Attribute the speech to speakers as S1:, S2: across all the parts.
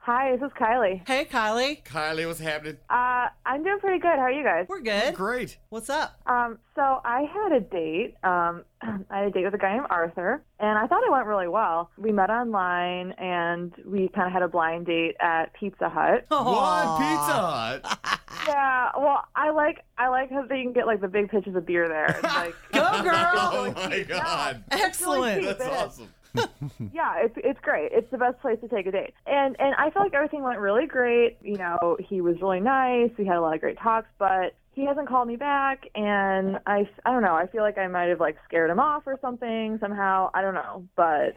S1: Hi, this is Kylie.
S2: Hey, Kylie.
S3: Kylie, what's happening?
S1: Uh, I'm doing pretty good. How are you guys?
S2: We're good.
S3: Great.
S2: What's up?
S1: Um, so I had a date. Um, I had a date with a guy named Arthur, and I thought it went really well. We met online, and we kind of had a blind date at Pizza Hut.
S3: What? Pizza Hut.
S1: yeah, well, I like I like how they can get like the big pitchers of beer there. It's like
S2: Go,
S3: Oh
S2: girl.
S3: my God.
S1: really
S2: Excellent.
S1: cheap.
S3: That's
S1: It is.
S3: awesome.
S1: yeah, it's it's great. It's the best place to take a date. And and I feel like everything went really great. You know, he was really nice. We had a lot of great talks, but he hasn't called me back and I I don't know. I feel like I might have like scared him off or something somehow. I don't know, but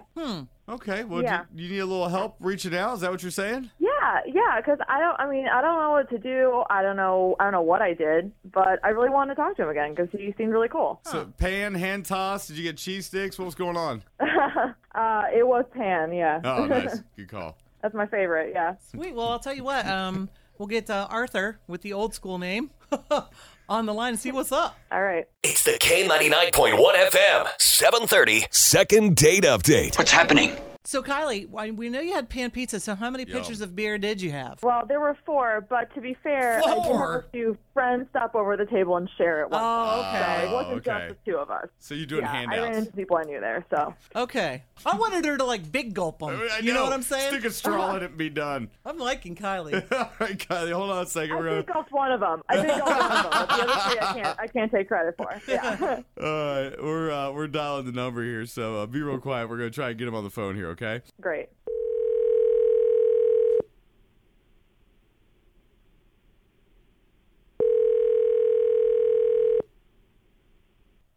S3: Okay. Well,
S1: Yeah.
S3: do you, you need a little help reaching out? Is that what you're saying?
S1: yeah, yeah, cuz I don't I mean, I don't know what to do. I don't know I don't know what I did, but I really wanted to talk to him again cuz he seemed really cool.
S3: So, pan, hand toss. Did you get cheese sticks? What was going on?
S1: uh it was Pan, yeah.
S3: Oh, nice. Good call.
S1: That's my favorite, yeah.
S2: Sweet. Well, I'll tell you what. Um, we'll get uh, Arthur with the old school name on the line and see what's up.
S1: All right.
S4: It's the K99.1 FM, 730.
S5: Second date update.
S6: What's happening?
S2: So, Kylie, why- we know you had pan pizza. So, how many pitchers of beer did you have?
S1: Well, there were four, but to be fair, I did have
S3: Four?
S1: a few friends stop over the table and share it. Once.
S2: Oh,
S1: so it
S2: okay.
S1: wasn't
S3: okay.
S1: just the two of us.
S3: So you're doing
S1: yeah, I ran
S3: handouts.
S1: into people I knew there, so
S2: Uh, Okay. I wanted her to like big gulp them. You know what I'm saying?
S3: Stick a straw in it and be done.
S2: I'm liking Kylie.
S3: All right, Kylie, hold on a second.
S1: I
S3: We're
S1: think gulped one of them. I think gulped one of them. But the other three, I can't. I can't take credit for. Yeah.
S3: gonna, all right, we're uh, we're dialing the number here, so uh, be real quiet. We're gonna try and get him on the phone here, okay?
S1: Great.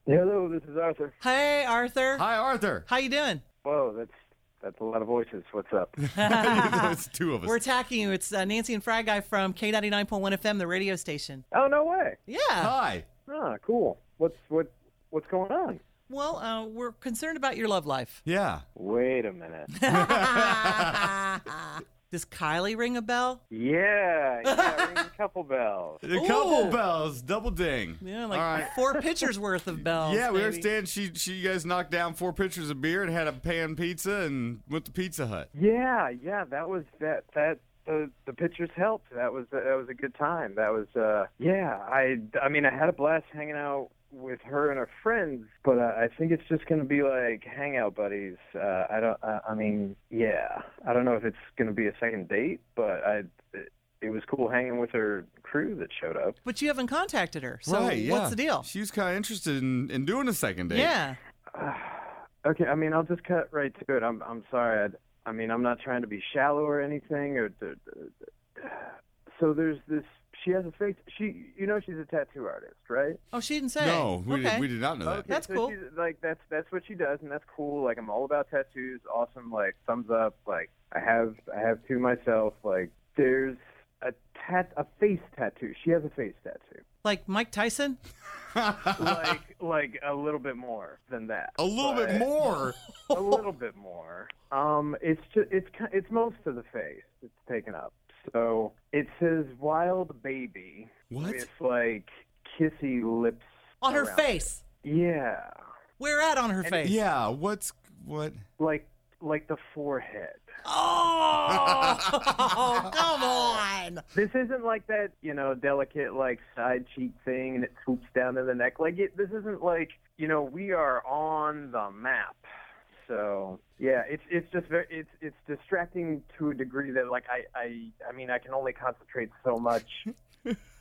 S7: Hello, this is Arthur.
S2: Hey, Arthur.
S3: Hi, Arthur.
S2: How you doing?
S7: Whoa, that's that's a lot of voices. What's up?
S3: There's two of us.
S2: We're attacking you. It's uh, Nancy and Fry Guy from K99.1 FM, the radio station.
S7: oh no way!
S2: Yeah.
S3: Hi.
S7: Ah, cool. What's what what's going on?
S2: Well, uh, we're concerned about your love life.
S3: Yeah.
S7: Wait a minute.
S2: Does Kylie ring a bell?
S7: yeah, yeah, ring a couple bells.
S3: A couple
S2: Ooh.
S3: bells, double ding.
S2: Yeah, like
S3: All right.
S2: four pitchers worth of bells.
S3: yeah, we
S2: Oh, baby.
S3: understand she she you guys knocked down four pitchers of beer and had a pan pizza and went to Pizza Hut.
S7: Yeah, yeah, that was that that the the pictures helped. That was that was a good time. That was uh yeah. I I mean I had a blast hanging out with her and her friends, but I, I think it's just gonna be like hangout buddies. Uh, I don't. Uh, I mean, yeah. I don't know if it's gonna be a second date, but I. It, it was cool hanging with her crew that showed up.
S2: But you haven't contacted her. So
S3: right, yeah.
S2: what's the deal?
S3: She was kind of interested in, in doing a second date.
S2: yeah.
S7: Okay, I mean, I'll just cut right to it. I'm I'm sorry. I, I mean, I'm not trying to be shallow or anything. Or d- d- so there's this. She has a fake. She, you know, she's a tattoo artist, right?
S2: Oh, she didn't say.
S3: No, we,
S2: okay.
S3: did, we did not know that.
S7: Okay,
S2: That's
S7: so
S2: cool.
S7: She's, like that's that's what she does, and that's cool. Like I'm all about tattoos. Awesome. Like thumbs up. Like I have I have two myself. Like there's a tat a face tattoo. She has a face tattoo.
S2: Like Mike Tyson?
S7: Like like a little bit more than that.
S3: A little bit
S7: but-
S3: more.
S7: a little bit more. Um, it's just it's ki- it's most of the face it's taken up. So it says "wild baby"
S3: What?
S7: with like kissy lips
S2: On her
S7: around.
S2: face.
S7: Yeah,
S2: Where at on her face?
S3: Yeah. What's what?
S7: like like the forehead.
S2: Oh, come on.
S7: This isn't like that, you know, delicate like side cheek thing, and it swoops down to the neck. Like it, this isn't like you know we are on the map. So yeah, it's it's just very it's it's distracting to a degree that like I I I mean I can only concentrate so much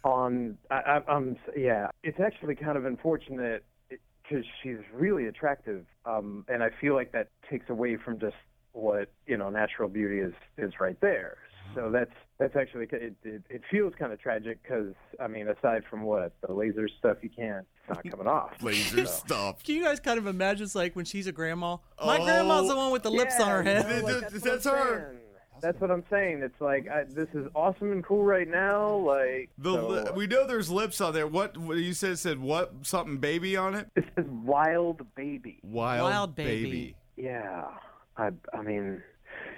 S7: on I, I, I'm yeah. It's actually kind of unfortunate because she's really attractive, um, and I feel like that takes away from just what you know natural beauty is is right there. So that's that's actually it. It, it feels kind of tragic because I mean, aside from what the laser stuff, you can't. It's not coming off.
S3: Laser stuff.
S2: Can you guys kind of
S3: Oh,
S2: imagine it's like when she's a grandma? My grandma's the one with the lips on her
S7: Yeah,
S2: head.
S7: you know,
S3: Th-
S7: like,
S3: th-
S7: what
S3: that's
S7: I'm
S3: her.
S7: saying. That's what I'm saying. It's like I, this is awesome and cool right now. Like
S3: The
S7: so,
S3: li- we know there's lips on there. What, what you said said what something baby on it?
S7: it says wild baby.
S3: Wild,
S2: Wild Baby.
S7: Yeah, I I mean,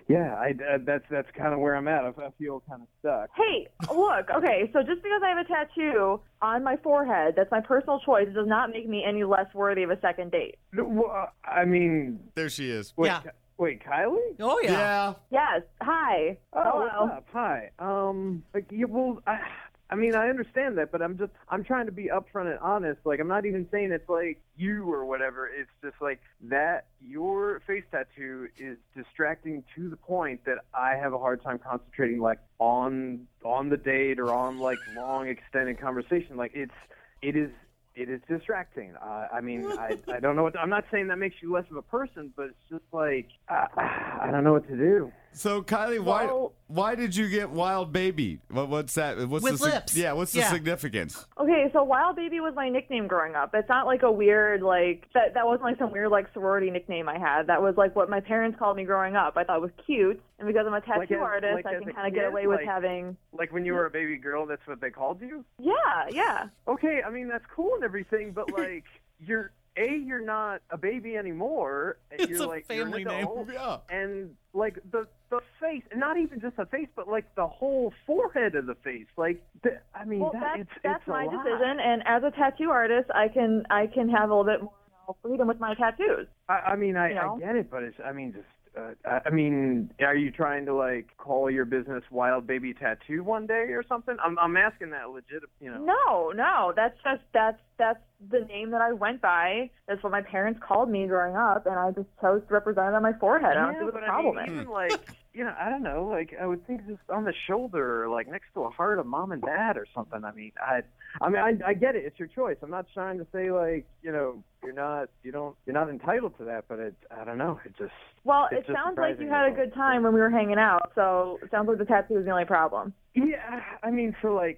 S7: yeah, I, uh, that's that's kind of where I'm at. I, I feel kind of stuck.
S1: Hey, look, okay, so just because I have a tattoo on my forehead, that's my personal choice, does not make me any less worthy of a second date.
S7: No, well, uh, I mean,
S3: There she is.
S7: wait,
S2: Yeah.
S7: Ki- wait, Kylie?
S2: Oh yeah.
S1: Yes, hi.
S7: Oh,
S1: Hello.
S7: what's up? Hi. Um, like, you, well, I, I mean, I understand that, but I'm just, I'm trying to be upfront and honest. Like, I'm not even saying it's like you or whatever. It's just like that your face tattoo is distracting to the point that I have a hard time concentrating, like on on the date or on like long extended conversation. Like, it's, it is. It is distracting. Uh, I mean, I, I don't know what. I'm not saying that makes you less of a person, but it's just like uh, I don't know what to do.
S3: So Kylie, why
S1: Well-
S3: why did you get wild baby? What, what's that? What's
S2: With
S3: the sig-
S2: lips.
S3: Yeah. What's the
S2: Yeah.
S3: significance?
S1: Okay, so Wild Baby was my nickname growing up. It's not like a weird like that that wasn't like some weird like sorority nickname I had. That was like what my parents called me growing up. I thought it was cute. And because I'm a tattoo
S7: Like as-
S1: artist,
S7: like
S1: I
S7: as
S1: can
S7: a
S1: kind of get
S7: kid,
S1: away with
S7: like-
S1: having
S7: Like when you were a baby girl, that's what they called you?
S1: Yeah, yeah.
S7: Okay, I mean that's cool and everything, but like you're A, you're not a baby anymore.
S2: It's
S7: you're
S2: a
S7: like
S2: family
S7: you're an
S2: name.
S7: adult,
S3: Yeah.
S7: And like the the face, and not even just the face, but like the whole forehead of the face. Like the, I mean
S1: Well,
S7: that,
S1: that's
S7: it's,
S1: that's
S7: it's a
S1: my
S7: lot.
S1: decision and as a tattoo artist, I can I can have a little bit more you know, freedom with my tattoos.
S7: I, I mean I,
S1: You know?
S7: I get it, but it's I mean just uh, I I mean, are you trying to like call your business Wild Baby Tattoo one day or something? I'm I'm asking that legit, you know.
S1: No, no, that's just that's that's the name that I went by. That's what my parents called me growing up, and I just chose to represent it on my forehead. I don't see what the
S7: but
S1: problem
S7: I mean,
S1: is.
S7: even like, you know, I don't know. Like, I would think just on the shoulder, or like next to a heart of mom and dad or something. I mean, I, I mean, I, I get it. It's your choice. I'm not trying to say like, you know, you're not, you don't, you're not entitled to that. But it, I don't know. It just.
S1: Well,
S7: it's
S1: it
S7: just
S1: sounds like you
S7: surprising
S1: had a
S7: to me.
S1: good time when we were hanging out, so it sounds like the tattoo was the only problem.
S7: Yeah, I mean, so like,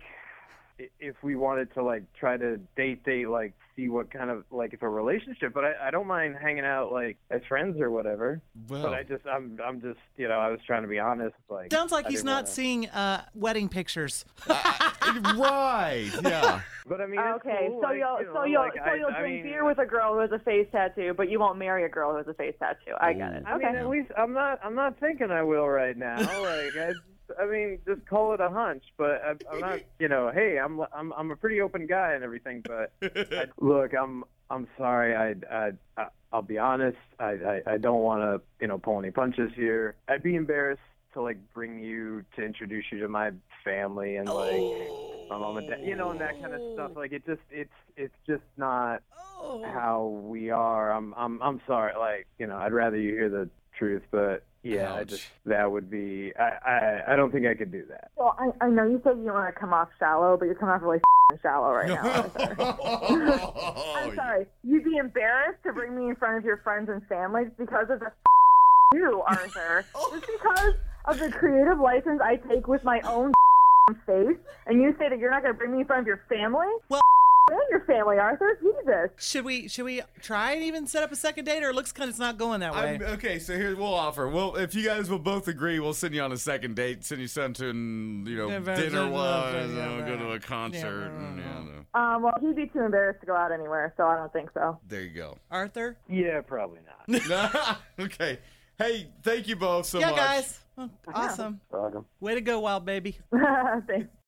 S7: i- if we wanted to like try to date, date, like see what kind of like if a relationship. But I, I don't mind hanging out like as friends or whatever.
S3: Well,
S7: But I just, I'm, I'm just, you know, I was trying to be honest. Like,
S2: Oh. Sounds like
S7: I
S2: he's
S7: didn't
S2: not
S7: wanna-
S2: seeing uh, wedding pictures.
S3: right. Yeah.
S7: But I mean, it's
S1: okay,
S7: cool,
S1: so
S7: like,
S1: you'll
S7: you know,
S1: so you'll
S7: like,
S1: so
S7: I-
S1: you'll
S7: I
S1: drink
S7: mean,
S1: beer with a girl who has a face tattoo, but you won't marry a girl who has a face tattoo. I get it.
S7: I mean,
S1: Okay.
S7: at least I'm not. I'm not thinking I will right now. Like, I, I mean, just call it a hunch. But I, I'm not. You know, hey, I'm, I'm, I'm a pretty open guy and everything. But I, look, I'm, I'm sorry. I, I, I I'll be honest. I, I, I don't want to, you know, pull any punches here. I'd be embarrassed to like bring you to introduce you to my family and like. My mom and dad, you know, and that kind of stuff.
S1: Oh.
S7: Like it just, it's, it's just not
S2: Oh.
S7: how we are. I'm I'm I'm sorry. Like you know, I'd rather you hear the truth, but yeah, I just that would be. I, I I don't think I could do that.
S1: Well, I, I know you said you don't want to come off shallow, but you're coming off really shallow right now.
S3: Oh,
S1: I'm sorry. You'd be embarrassed to bring me in front of your friends and family just because of the you, Arthur. just because of the creative license I take with my own face, and you say that you're not going to bring me in front of your family?
S2: Well-
S1: and your family, Arthur. Jesus.
S2: Should we should we try and even set up a second date, or it looks kind of it's not going that way?
S3: I'm, okay, so here we'll offer. Well, if you guys will both agree, we'll send you on a second date, send you son to an, you know
S2: Yeah, very-
S3: dinner
S2: very-
S3: one,
S2: very-
S3: and then we'll
S2: yeah,
S3: go to a
S2: right.
S3: concert.
S2: Yeah,
S3: and,
S2: right,
S3: yeah,
S1: Um, well, he'd be too embarrassed to go out anywhere, so I don't think so.
S3: There you go.
S2: Arthur.
S7: Yeah, probably not.
S3: okay. Hey, thank you both so
S2: yeah,
S3: much.
S2: guys. Well, Awesome.
S7: Fuck 'em.
S2: Way to go, wild baby.
S1: Thanks.